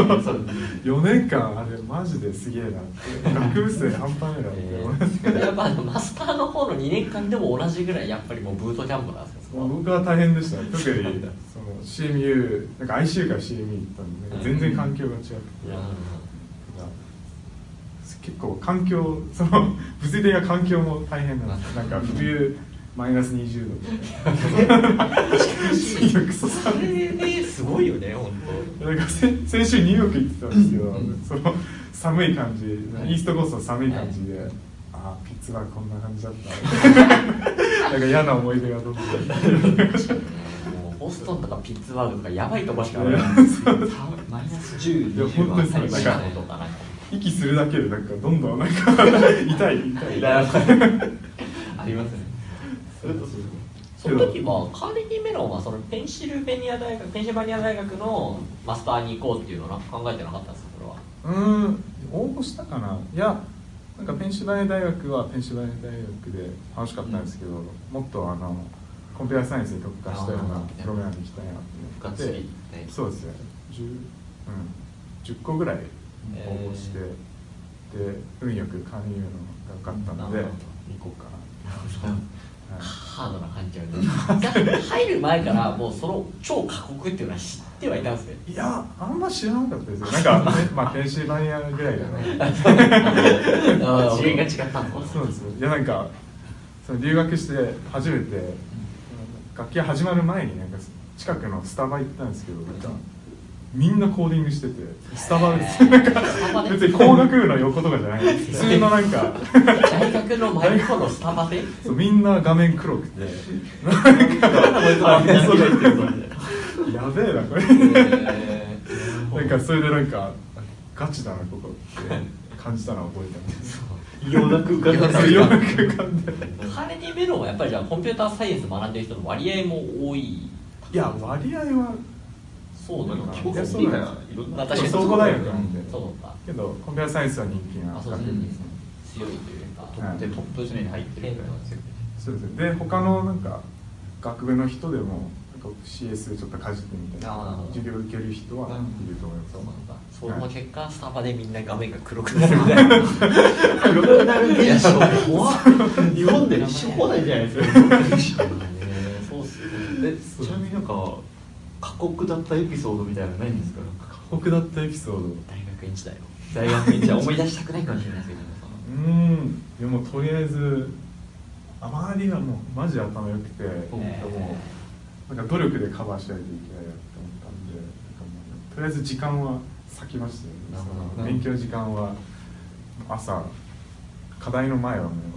うか4年間あれマジですげえなって学部生半端ないなって思いますえーやっぱマスターの方の2年間でも同じぐらいやっぱりもうブートキャンプなんですか僕は大変でしたね特にその CMU なんか ICU から CMU 行ったんでなんか全然環境が違くて、いや結構環境その物理的な環境も大変なんですよなんか冬マイナス20度とかクソそ 寒いれですごいよねな本んかせ先週ニューヨーク行ってたんですけど、うんその寒い感じ、イーストコーストの寒い感じで、ああピッツバーグこんな感じだった なんか嫌な思い出がどんどんもうボストンとかピッツバーグとかやばいとこしかないそうマイナス10、いや20は本サ当リにバそうリのことかな息するだけでなんかどんどんなんか痛い痛いだからありますねそれとそれその時はカーネギーメロンはそのペンシルベニア大学ペンシルベニア大学のマスターに行こうっていうのは考えてなかったんですかこれはうーん応募したかないやなんかペンシルバニア大学はペンシルバニア大学で楽しかったんですけど、もっとあのコンピューターサイエンスに特化したようあなープログラムに行きたいながっとつ思っりてねそうですね 10,、うん、10個ぐらい応募して、で運よくカーネギーメロンが受かったのでな行るほこうかな、はいハードな感じ は入る前からもうその超過酷っていうのは知ってはいたんですねいや、あんま知らなかったですよ。なんか、 ね、まあ、ペンシルバニアぐらいだね。次元が違ったのかなそうですよ。いや、なんか、その留学して初めて、楽器始まる前に、なんか、近くのスタバ行ったんですけど、なんか、みんなコーディングしてて、スタバです。なんか、スタバで別に工学部の横とかじゃない。普通のなんか、大学の真横のスタ バでそうみんな画面黒くて、あみんなそうだ言ってるぞやべえな、これ。えなんか、それでなんか、ガチだな、ここって感じたのは覚えて ます。異様な空間だったそういう空間で。ーカーネギーメロンはやっぱりじゃあコンピューターサイエンス学んでる人の割合も多いいや割合はそうだよ基本的そうにだよはいろんまあな確かに総合大学なんでそうだっけたどコンピューターサイエンスは人気なあそう学ですね部ですね強いというかはでトップ常に入ってるみたいなんですよそうですねで他のなんか学部の人でもなんか CS ちょっとかじってみたいあーなるなほど授業受ける人はいると思いますそうなんだそはいの結果スタバでみんな画面が黒くなるみたいな黒くなる現象怖っ日本で一生放題じゃないですかそうっすよえちなみになんか過酷だったエピソードみたいなのないんですかなんか過酷だったエピソードう大学院時代を 大学院じゃ思い出したくないかもしれないですけど皆さんーんいやもうとりあえず周りがもうマジ頭良くて、えーもうなんか努力でカバーしないといけないなって思ったんでなんかもうとりあえず時間は割きましたよねなるほどその勉強時間は朝課題の前はもうなんかも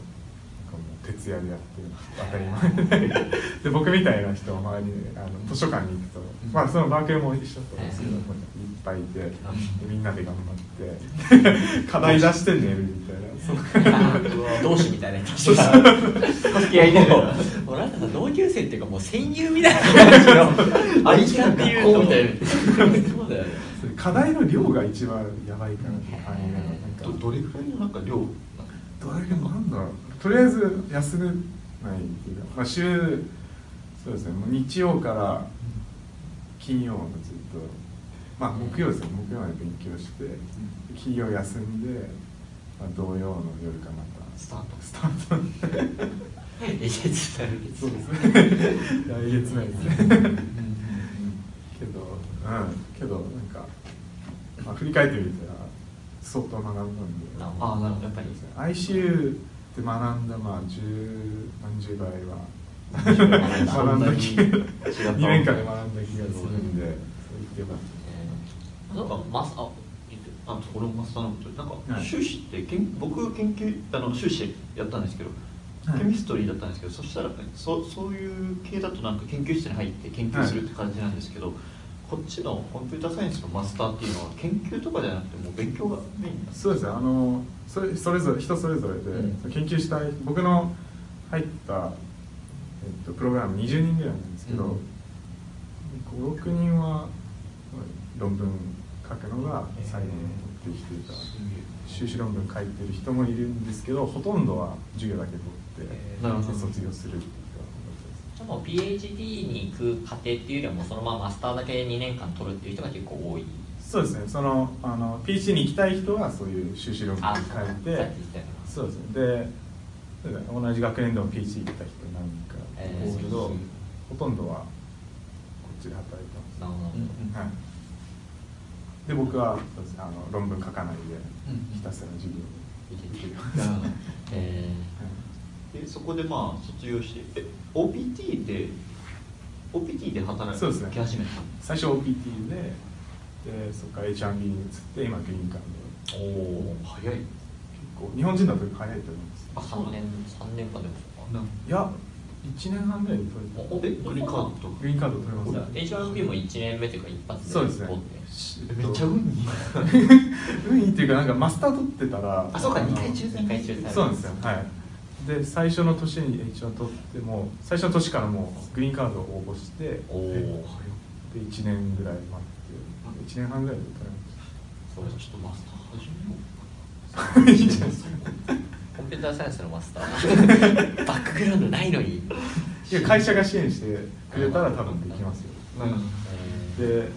う徹夜でやってる当たり前 で僕みたいな人は周りにあの図書館に行くと、まあそのバークレーも一緒だったんですけど、うんいっぱいいてでみんなで頑張って 課題出して寝るみたいなその同志みたいな人たちが付き合いでもうなんかさ同級生っていうかもう戦友みたいな感じの愛知なんかこうみたいなそうだよね課題の量が一番やばいからって感じなのなんかどどれくらいのなんか量なんかどれなんだろうとりあえず休めないっていうか、まあ、週そうですねもう日曜から金曜までずっとまあ木曜ですね木曜まで勉強して金曜休んで、まあ、同様の夜かまたスタートスタートえげつない そうです ねいやえげつないですね けどうんけどなんか、まあ、振り返ってみたら相当学んだんでなるほどああなるほどやっぱり ICU で学んだまあ十何十倍 は学ん学んだ気が2年間で学んだ気がするんでそう言ってよかっえーなんかマスあ言ってあ俺もマスターのことでなんか、はい修士ってけん僕研究あの修士やったんですけど、はいケミストリーだったんですけどそしたらそそういう系だとなんか研究室に入って研究するって感じなんですけど、こっちのコンピューターサイエンスのマスターっていうのは研究とかじゃなくてもう勉強がメインなんでたすそうですねあのそれそれぞれ人それぞれで、うん研究したい僕の入った、えっと、プログラム20人ぐらいなんですけど、うん56人は論文書くのが最後に持ってきていた、修士論文書いてる人もいるんですけどほとんどは授業だけ取って、えーなるほどで卒業するっていうじゃあもう PhD に行く過程っていうよりはもうそのままマスターだけ2年間取るっていう人が結構多いそうですねそのあの PhD に行きたい人はそういう修士論文あ書いさってき言ったようそうですねでそうだね同じ学年でも PhD 行った人何人かいるんですけど、えほとんどはこっちで働いてななるほどます、はい、で僕はそうですねあの論文書かないでひたすら授業を、いけてるうんうんえでそこでまあ卒業してえ OPT で OPT で働そうですねき始めた最初 OPT ででそこから H&B に移って今グリーンカードー、おお早い結構日本人だと早いと思いますあ3年三年間でもそうかなんいや1年半ぐらいで取れたえグリーンカードとかグリーンカード取れますそうだ HRP も1年目というか一発でそうですね取っえめっちゃ運いい運いいっていうかなんかマスター取ってたらあそうかの二回抽選二回抽選そうなんですよはいで最初の年に H1 取っても最初の年からもうグリーンカードを応募しておーでで1年ぐらい待って1年半ぐらいで取れましたそれちょっとマスター始い いじゃないですかコンピューターサイエンスのマスターバックグラウンドないのにいや会社が支援してくれたら多分できますよえ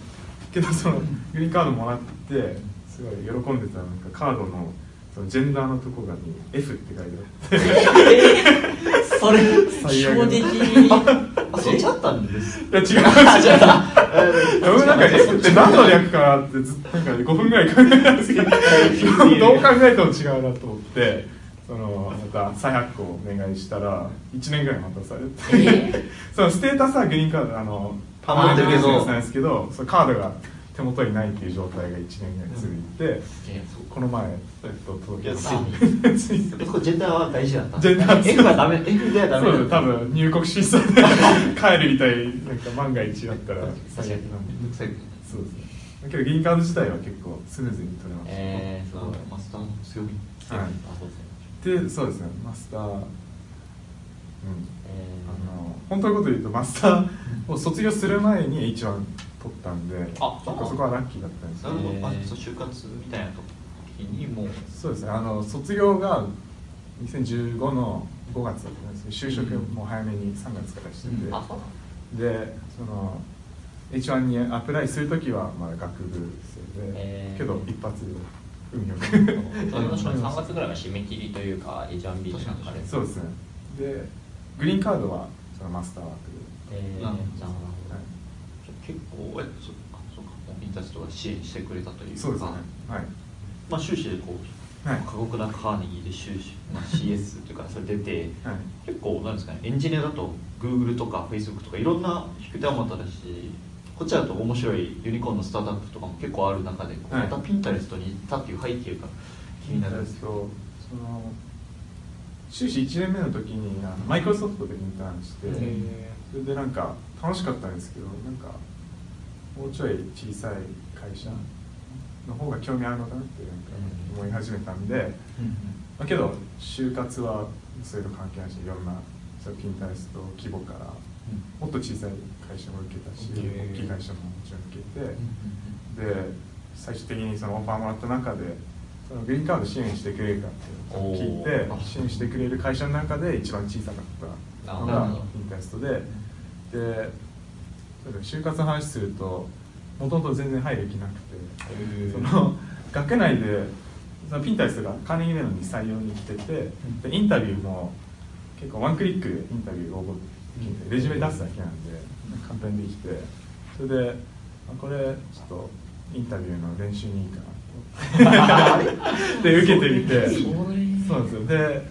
でけどそのグリーンカードもらってすごい喜んでたらなんかカードのそのジェンダーのとこがに F って書いてあってーそれ最悪衝撃あそっちあったんですいや違う違 うじゃあ世の中 F って何の略かなってずっとなんか5分ぐらい考えたんですけどどう考えても違うなと思ってそのまた再発行お願いしたら1年ぐらい待たされて、 えーそのステータスはグリーンカードあのあ持ってるけどパーマネントレジデンスなんですけどそのカードが手元にないっていう状態が1年ぐらい続いて、この前、えっと、届けいやたついにそこジェンダーは大事だったジェンダー F はダメ F ではダメそうだだっ多分入国審査で 帰るみたいなんか万が一だったらた確かにめんどくさいけどそうですねだけど銀カード自体は結構スムーズに取れました、えーすごないんかマスターの強みはあそうですねい、でそうですねマスターうんえあの本当のこと言うとマスターを卒業する前に H1 取ったんであ結構そこはラッキーだったんですけなどるほえどーあそう就活みたいな時にもうそうですねあの卒業が2015の5月だったんですけど就職も早めに3月からしてて、うんあそうなでその H1 にアプライするときはまだ学部生で、えーけど一発で運よくんだそれ確かに3月ぐらいが締め切りというか H&B の中でそうですねでグリーンカードはそのマスター枠で、えーなるほどじゃあはい、結構えそあそうかインターとか支援してくれたというかそうですねはいまあ修士でこう、はい過酷なカーネギーで修士、まあ、CS というかそれ出てはい結構なんですかねエンジニアだと Google とか Facebook とかいろんな引く手はまただしこっちだと面白いユニコーンのスタートアップとかも結構ある中でこうはまいたピンタレストに行ったっていう背景が気になるんですけとその修士1年目の時にあのマイクロソフトでインターンして、へーそれでなんか楽しかったんですけどなんかもうちょい小さい会社の方が興味あるのかなってなんか思い始めたんで、まあ、けど就活はそれと関係ないしいろんなそのピンタレスト規模からもっと小さい会社も受けたしへー大きい会社ももちろん受けて。で最終的にそのオファーもらった中でそのグリーンカード支援してくれるかっていうのを聞いおーて支援してくれる会社の中で一番小さかったのなるがほどインタレストででそうだ就活の話するともともと全然入る気なくてその学内でそのピンタレストがカーネギーメロンに採用に来ててでインタビューも結構ワンクリックでインタビューを応募できてレジュメ出すだけなんで簡単にできてそれであこれちょっとインタビューの練習にいいかなと思って で受けてみてそうなんですよで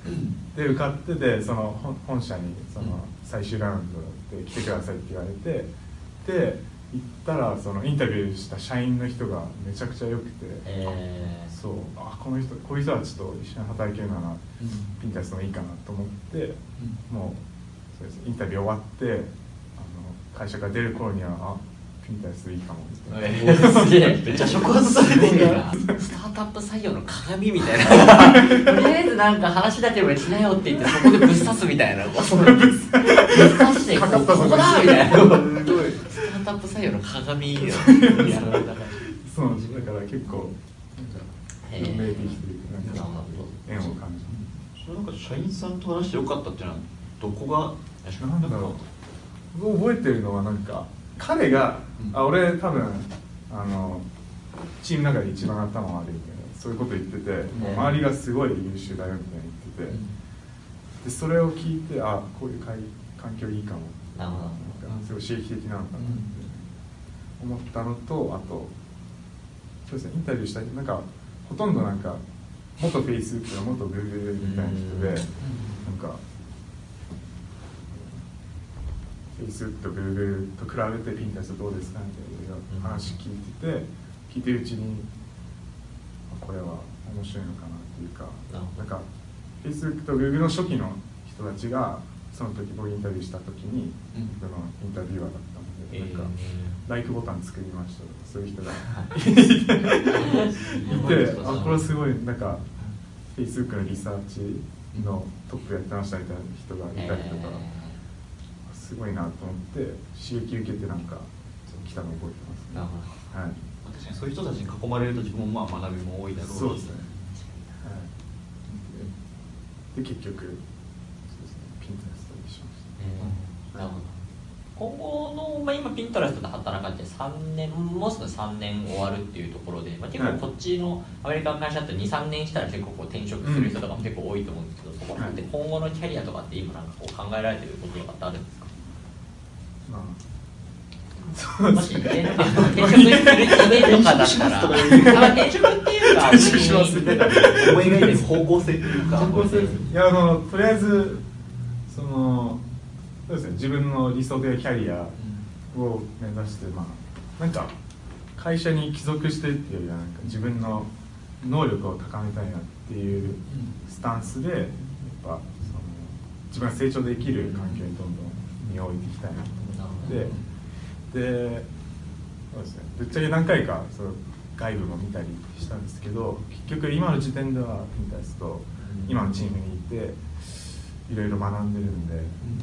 で受かってでその本本社にその最終ラウンドで来てくださいって言われてで行ったらそのインタビューした社員の人がめちゃくちゃ良くて、えーそうあこの人こういう人はちょっと一緒に働けるならピンタレストもいいかなと思ってもうそうですインタビュー終わってあの会社から出る頃にはあピンタレストいいかもみたいな、えーすげえめっちゃ触発されてるなすごいなスタートアップ採用の鏡みたいなとりあえずなんか話だけでもしなよって言ってそこでぶっ刺すみたいなぶっ刺してこかかうったこぞこだみたいなすスごいタートアップ採用の鏡よやられた感じそうなんですだから結構へなんかー運命的というかなんなるほかど縁を感じそれなんか社員さんと話してよかったっていうのはどこがるなんだろう僕覚えてるのはなんか彼が、あ俺多分あのチームの中で一番頭悪いみたいなそういうこと言ってて、もう周りがすごい優秀だよみたいな言ってて、でそれを聞いてあこういう会環境いいかもなるほどんかすごい刺激的なのかなって思ったのとあとそうですねインタビューしたりなんかほとんどなんか元フェイスブックの元グーグルみたいな人でうんなんかフェイスブックとグーグルと比べてピンタレストどうですかみたいな話聞いてて聞いてるうちにあこれは面白いのかなっていうかなるほどなんか Facebook と Google の初期の人たちがその時僕インタビューした時に、うん僕のインタビュアーだったので、なんか「え LIKE ボタン作りました」とかそういう人がやいばいて人だなあこれすごいなんか Facebook のリサーチのトップやってましたみたいな人がいたりとか、すごいなと思って刺激受けてなんか来たの覚えてますねなるほはい、はい確かにそういう人たちに囲まれると自分もまあ学びも多いだろうしそうですねどで結局そうです、ね、ピンタレストにしましうんなるほど今後の、まあ、今ピンタレストで働かれて3年もうすぐ3年終わるっていうところで、まあ、結構こっちのアメリカの会社って23年したら結構こう転職する人とかも結構多いと思うんですけど、そこら辺って今後のキャリアとかって今なんかこう考えられてることとかってあるんですかたまあもし転職する夢とかだったら、まあ転職っていうか、転職します別に思い描いてる方向性っていうか方向性いやあのとりあえずそのそうですね自分の理想的なキャリアを目指してまあなんか会社に帰属してっていうよりはなんか自分の能力を高めたいなっていうスタンスでやっぱその自分が成長できる環境にどんどん身を置いていきたいなと思ってでそうですねぶっちゃけ何回かその外部も見たりしたんですけど結局今の時点ではピンタレスとうん今のチームにいていろいろ学んでるんで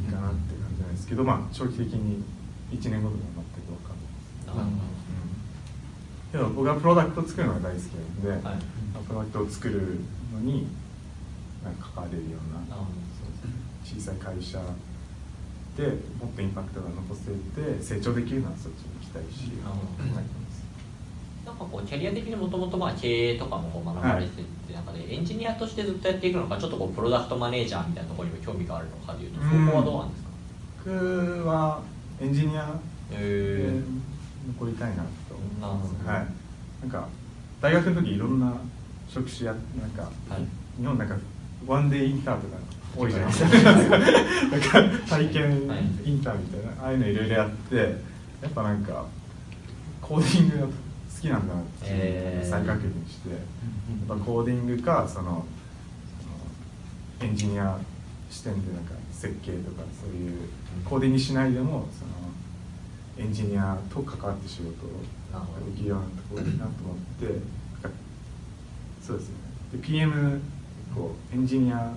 いいかなって感じなんですけど、まあ、長期的に1年ごとには全く分かんないです、けど僕はプロダクト作るのが大好きなんで、はいプロダクトを作るのになんか関われるようななるほどそうですね小さい会社でもっとインパクトが残せて成長できるならそっちに行きたいしなる考ほえてどますなんかこうキャリア的にもともとまあ経営とかもこう学ばれてって中で、エンジニアとしてずっとやっていくのかちょっとこうプロダクトマネージャーみたいなところにも興味があるのかというとそこはどうなんですか僕はエンジニアへで残りたいなと思います、なるほどはいなんか大学の時いろんな職種やなんか、はい日本なんかワンデーインターンとか多いじゃないですか なんか体験はいインターンみたいなああいうのいろいろやってやっぱなんかコーディングが好きなんだなってへー再確認して、やっぱコーディングかそのそのエンジニア視点でなんか設計とかそういうコーディングしないでもそのエンジニアと関わって仕事をなるほどできるようなところいいなと思ってなんかそうですねで PM こうエンジニア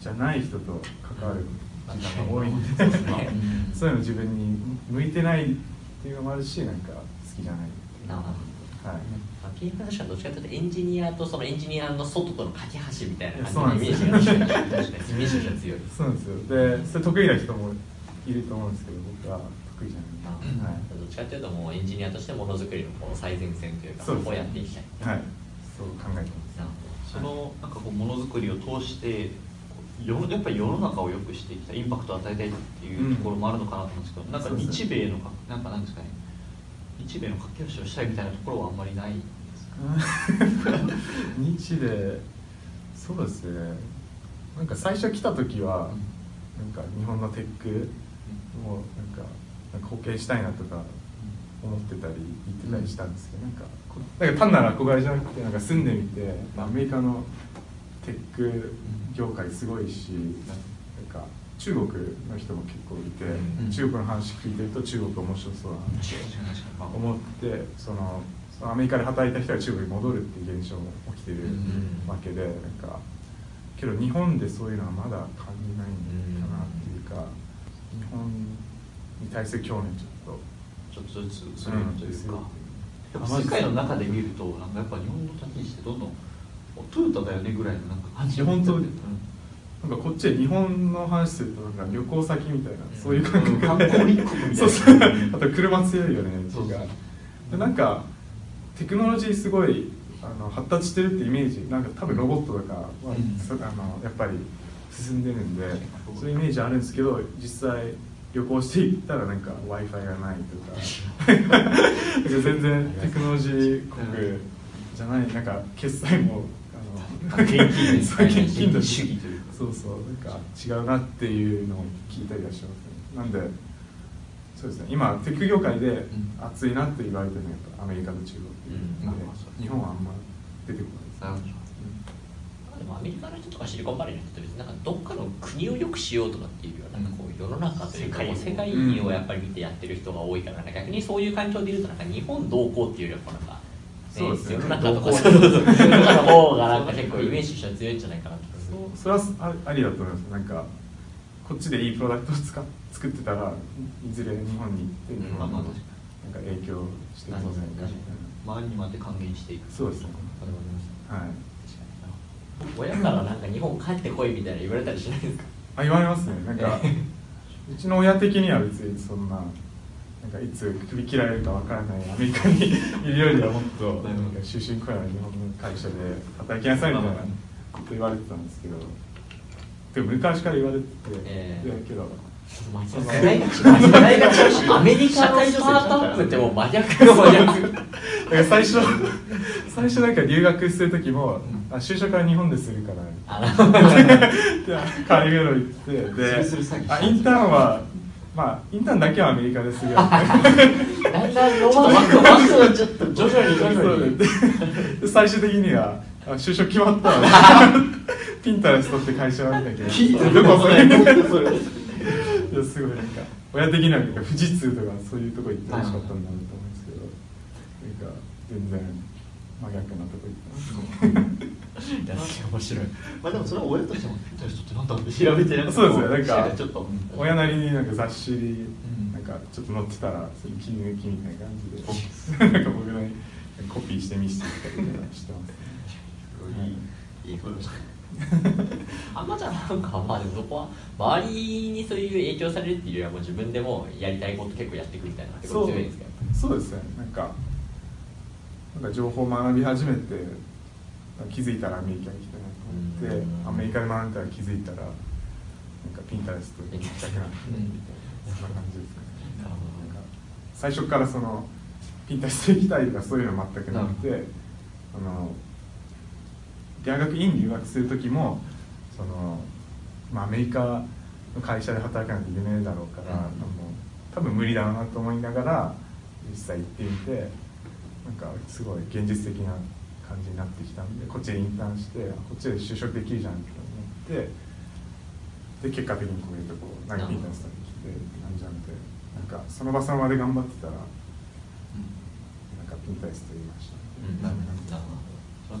じゃない人と関わる時間が多いんでうん そうですねそういうの自分に向いてないっていうのもあるしなんか好きじゃないっていうなるほどはい、まあ、ピーター社はどっちかというとエンジニアとそのエンジニアの外との架け橋みたいな感じのイメージが強いイメージが強いそうなんですよでそれ得意な人もいると思うんですけど僕は得意じゃまない、あどっちかというともうエンジニアとしてものづくりのこう最前線というかそそうですねこをやっていきたいはい、はい、そう考えてなるそのなんかこうものづくりを通して世のやっぱり世の中を良くしていきたいインパクトを与えたいっていうところもあるのかなと思うんですけど、なんかそうです日米のかなんかなんですかね日米の駆け足をしたいみたいなところはあんまりないですかます日でそうですねなんか最初来た時はなんか日本のテックをなんかなんか貢献したいなとか思ってたり言ってたりしたんですけど、なんかこなんか単なる憧れじゃなくてなんか住んでみて、まあアメリカのテック業界すごいし、なんか中国の人も結構いて、うん中国の話聞いてると中国面白そうだなって思ってそのそのアメリカで働いた人が中国に戻るっていう現象も起きてるうんわけで、なんかけど日本でそういうのはまだ感じないんかなっていうか、日本に対する興味ちょっと。ちょっとずつそれというか、うんやっぱ世界の中で見るとなんかやっぱ日本の立ち位置ってどんどんおトヨタだよねぐらいのなんか感じになってるいや本なんかこっちで日本の話するとなんか旅行先みたいな、そういう感覚観光立国みたいなそうそうあと車強いよねそうそううちがでなんかテクノロジーすごいあの発達してるってイメージなんか多分ロボットとかは、うんそあのやっぱり進んでるんで確かにそういうイメージあるんですけど実際旅行していったらなんか w i f i がないと かなんか全然テクノロジー国じゃないなんか決済もあの現金でそう現金だ主義というかそうそうなんか違うなっていうのを聞いたりはしますねなんでそうですね今テック業界でん熱いなって言われてるのはやっぱアメリカと中国、うんでまあまあそう日本はあんま出てこなないるでほすどね、メリカの人とかシリコンバレーの人って別になんかどっかの国を良くしようとかっていうよりはなんかこう世の中というか世界をもう世界をやっぱり見てやってる人が多いからなんか逆にそういう環境でいるとなんか日本どうこうっていうよりはこうなんか、ね、そうですね世の中とかそう世の中の方がなんか結構イメージとしては強いんじゃないかなと思いそれはあありだと思いますなんかこっちでいいプロダクトを使っ作ってたらいずれ日本に行って日まあ本まのあなん確かかに影響してくるんじゃないかな確かに周りに回って還元していくそうですねわかりましはいます親からなんか日本帰ってこいみたいな言われたりしないですかあ言われますねなんかうちの親的には別にそんななんかいつ首切られるかわからないアメリカにいるよりはもっとななるほどんか終身雇用の日本の会社で働きなさいみたいなこと言われてたんですけどでも昔から言われてて、ええだけど真逆大学大学アメリカのスタートアップってもう真逆の真逆だから最初最初なんか留学する時も、あ就職は日本でするから あので海外の行ってでそれそれ詐欺あインターンはまあインターンだけはアメリカでするよだんだんロマンスをちょっと徐々に徐そう々ねにで最終的にはあ就職決まったわピンタレストって会社なんだけど聞いたどこそれいそれやすごいなんか親的にはなんか富士通とかそういうとこ行ってほしかったんだなと思うんですけどなんか全然真逆なとこ行った面白いまあでもそれは親としてもピンタレストってなんだって調べてなんかそうですねなんかちょっと親なりになんか雑誌にんなんかちょっと載ってたらそれ切り抜きみたいな 感じでなんか僕のにコピーして見せてきたりとかしてますいいいいことですねあんまじゃなんかまあでもそこは周りにそういう影響されるっていうよりはもう自分でもうやりたいこと結構やっていくみたいなのが結構強いんですけどそうですねなんかなんか情報を学び始めて気づいたらアメリカに来たなと思ってうんアメリカで学んだら気づいたらなんかピンタレストに行きたくなってみたいなそんな感じですかねなるほなどんか最初からそのピンタレスト行きたいとかそういうの全くなくて、あの大学院留学する時もその、まあ、アメリカの会社で働かないと夢だろうから、うあんの多分無理だろうなと思いながら実際行ってみてなんかすごい現実的な感じになってきたんでこっちでインターンしてあこっちで就職できるじゃんって思ってで結果的にこういうとこ投げてインターンしたに来てって感じなんでなんかその場その場で頑張ってたらなんかピンタレスと言いました、うんなる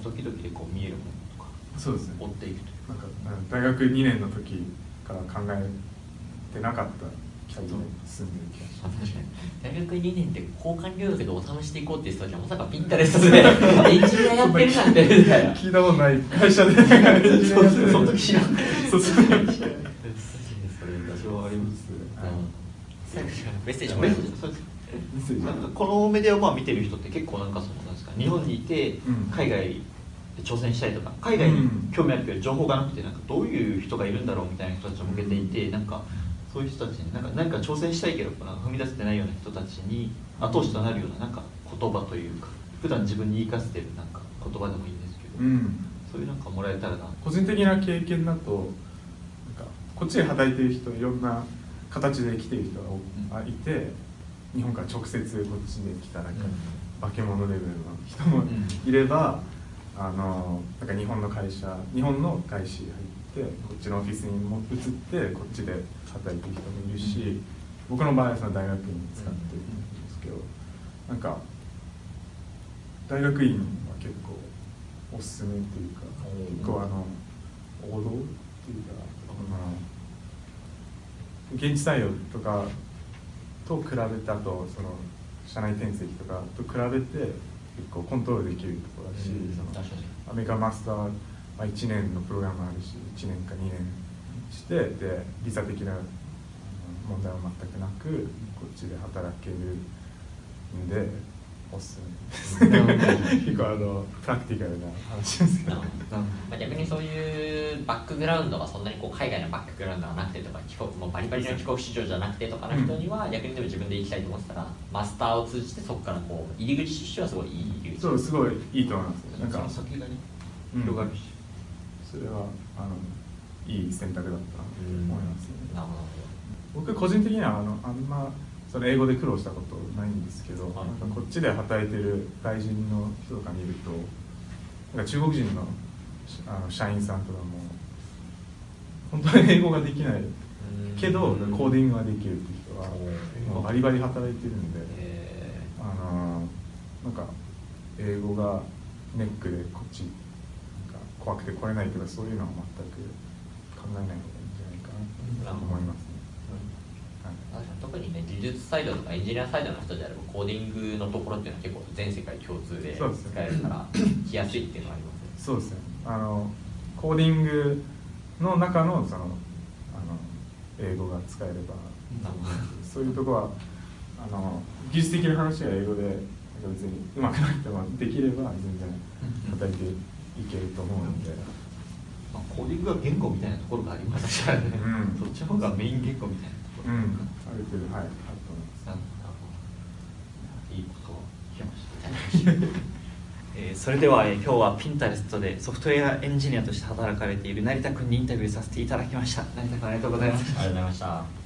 ほどその時々でこう見えるものとかそうですね追っていくというなんかうん大学2年の時から考えてなかったキャリアに住んでる気がしあま 確かに大学2年で交換留学でお試しで行こうっていう人たちはまさかピンタレストでエンジニアやってるなんてみたいなす 聞いたことない会社でなん かエンジニアやってるその時知らんそうそう私はありますメッセージもらいましたなんかこのメディアをまあ見てる人って結構なんかそのなんですか日本にいてうん海外で挑戦したいとか海外に興味あるけど情報がなくてなんかどういう人がいるんだろうみたいな人たちを向けていてなんかそういう人たちになんか何か挑戦したいけどなんか踏み出せてないような人たちに後押しとなるようななんか言葉というか普段自分に言い聞かせてるなんか言葉でもいいんですけど、うんそういうなんかもらえたらな と個人的な経験だとなんかこっちで働いてる人いろんな形で来てる人がおあいて、日本から直接こっちで来たなんか、化け物レベルの人もういれば、あのなんか日本の会社日本の外資入ってこっちのオフィスにも移ってこっちで働いてる人もいるし、うん僕の場合はその大学院使ってるんですけど、なんか大学院は結構おすすめというかおー結構あの王道っていうか、あの現地採用とかと比べてあとその社内転籍とかと比べて結構コントロールできるところだし、うんその確かにアメリカマスターは1年のプログラムあるし1年か2年してでビザ的なあの問題は全くなくこっちで働けるんでおすすめなるでほす結構あのプラクティカルな話ですけどなるほどまあ、逆にそういうバックグラウンドがそんなにこう海外のバックグラウンドがなくてとか帰国もうバリバリの帰国市場じゃなくてとかの人には逆にでも自分で行きたいと思ってたらマスターを通じてそこからこう入り口としてはすごいいい入り口そうすごいいいと思いますなんそかの先がねうん広がるし、それはあのいい選択だったなと思いますねなるほど僕個人的にはあのあんまその英語で苦労したことないんですけど、はいなんかこっちで働いてる外人の人とか見るとなんか中国人のあの社員さんとかも本当に英語ができないけどコうーんディングができるって人はもうバリバリ働いてるんで、えあのなんか英語がネックでこっちなんか怖くて来れないとかそういうのは全く考えない方がいいんじゃないかなと思いますね。はいー確かに特にね技術サイドとかエンジニアサイドの人であればコーディングのところっていうのは結構全世界共通でそうですね使え るから来やすいっていうのはありますねそうですねあのコーディングの中のそのあの英語が使えればなるほどそういうとこはあの技術的な話は英語でなんか別にうまくなくてもできれば全然叩いていけると思うので、まあ、コーディングは言語みたいなところがありますからね、うんそっちの方がメイン言語みたいなとこうろんなのかある程度はいあると思いますななんだろういいことを聞きました えーそれでは、えー今日は Pinterest でソフトウェアエンジニアとして働かれている成田君にインタビューさせていただきました成田君ありがとうございましたありがとうございました